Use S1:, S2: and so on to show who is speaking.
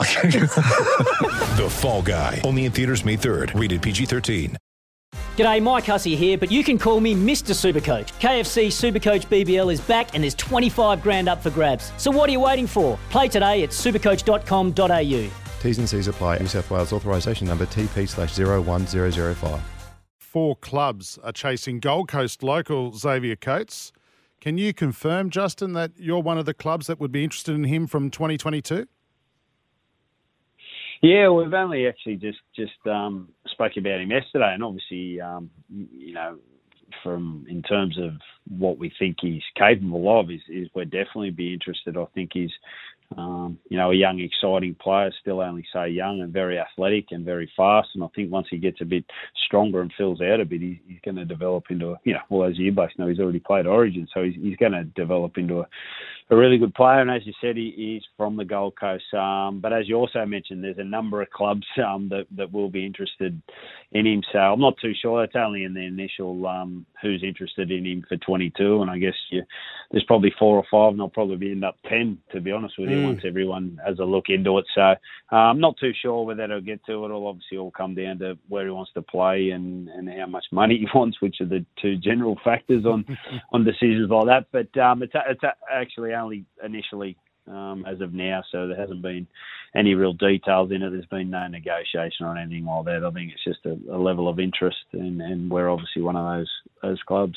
S1: The Fall Guy. Only in theaters May 3rd. Rated PG-13.
S2: G'day, Mike Hussey here, but you can call me Mr. Supercoach. KFC Supercoach BBL is back and there's 25 grand up for grabs. So what are you waiting for? Play today at supercoach.com.au.
S3: T's and C's apply. New South Wales authorisation number TP slash 01005.
S4: Four clubs are chasing Gold Coast local Xavier Coates. Can you confirm, Justin, that you're one of the clubs that would be interested in him from 2022?
S5: Yeah, we've only actually just just um, spoke about him yesterday, and obviously, um, you know, from in terms of what we think he's capable of, is, is we'd definitely be interested. I think he's, um, you know, a young, exciting player, still only so young and very athletic and very fast. And I think once he gets a bit stronger and fills out a bit, he, he's going to develop into, a, you know, well, as you both know, he's already played Origin, so he's, he's going to develop into a, a really good player. And as you said, he is from the Gold Coast. Um, but as you also mentioned, there's a number of clubs um, that, that will be interested in him. So I'm not too sure. It's only in the initial um, who's interested in him for 22. And I guess you, there's probably four or five, and I'll probably end up 10, to be honest with you, once everyone has a look into it. So uh, I'm not too sure whether it'll get to it. It'll obviously all come down to where he wants to play and, and how much money he wants, which are the two general factors on, on decisions like that. But um, it's, it's actually only initially um, as of now, so there hasn't been any real details in it. There's been no negotiation or anything like that. I think it's just a, a level of interest, and, and we're obviously one of those those clubs.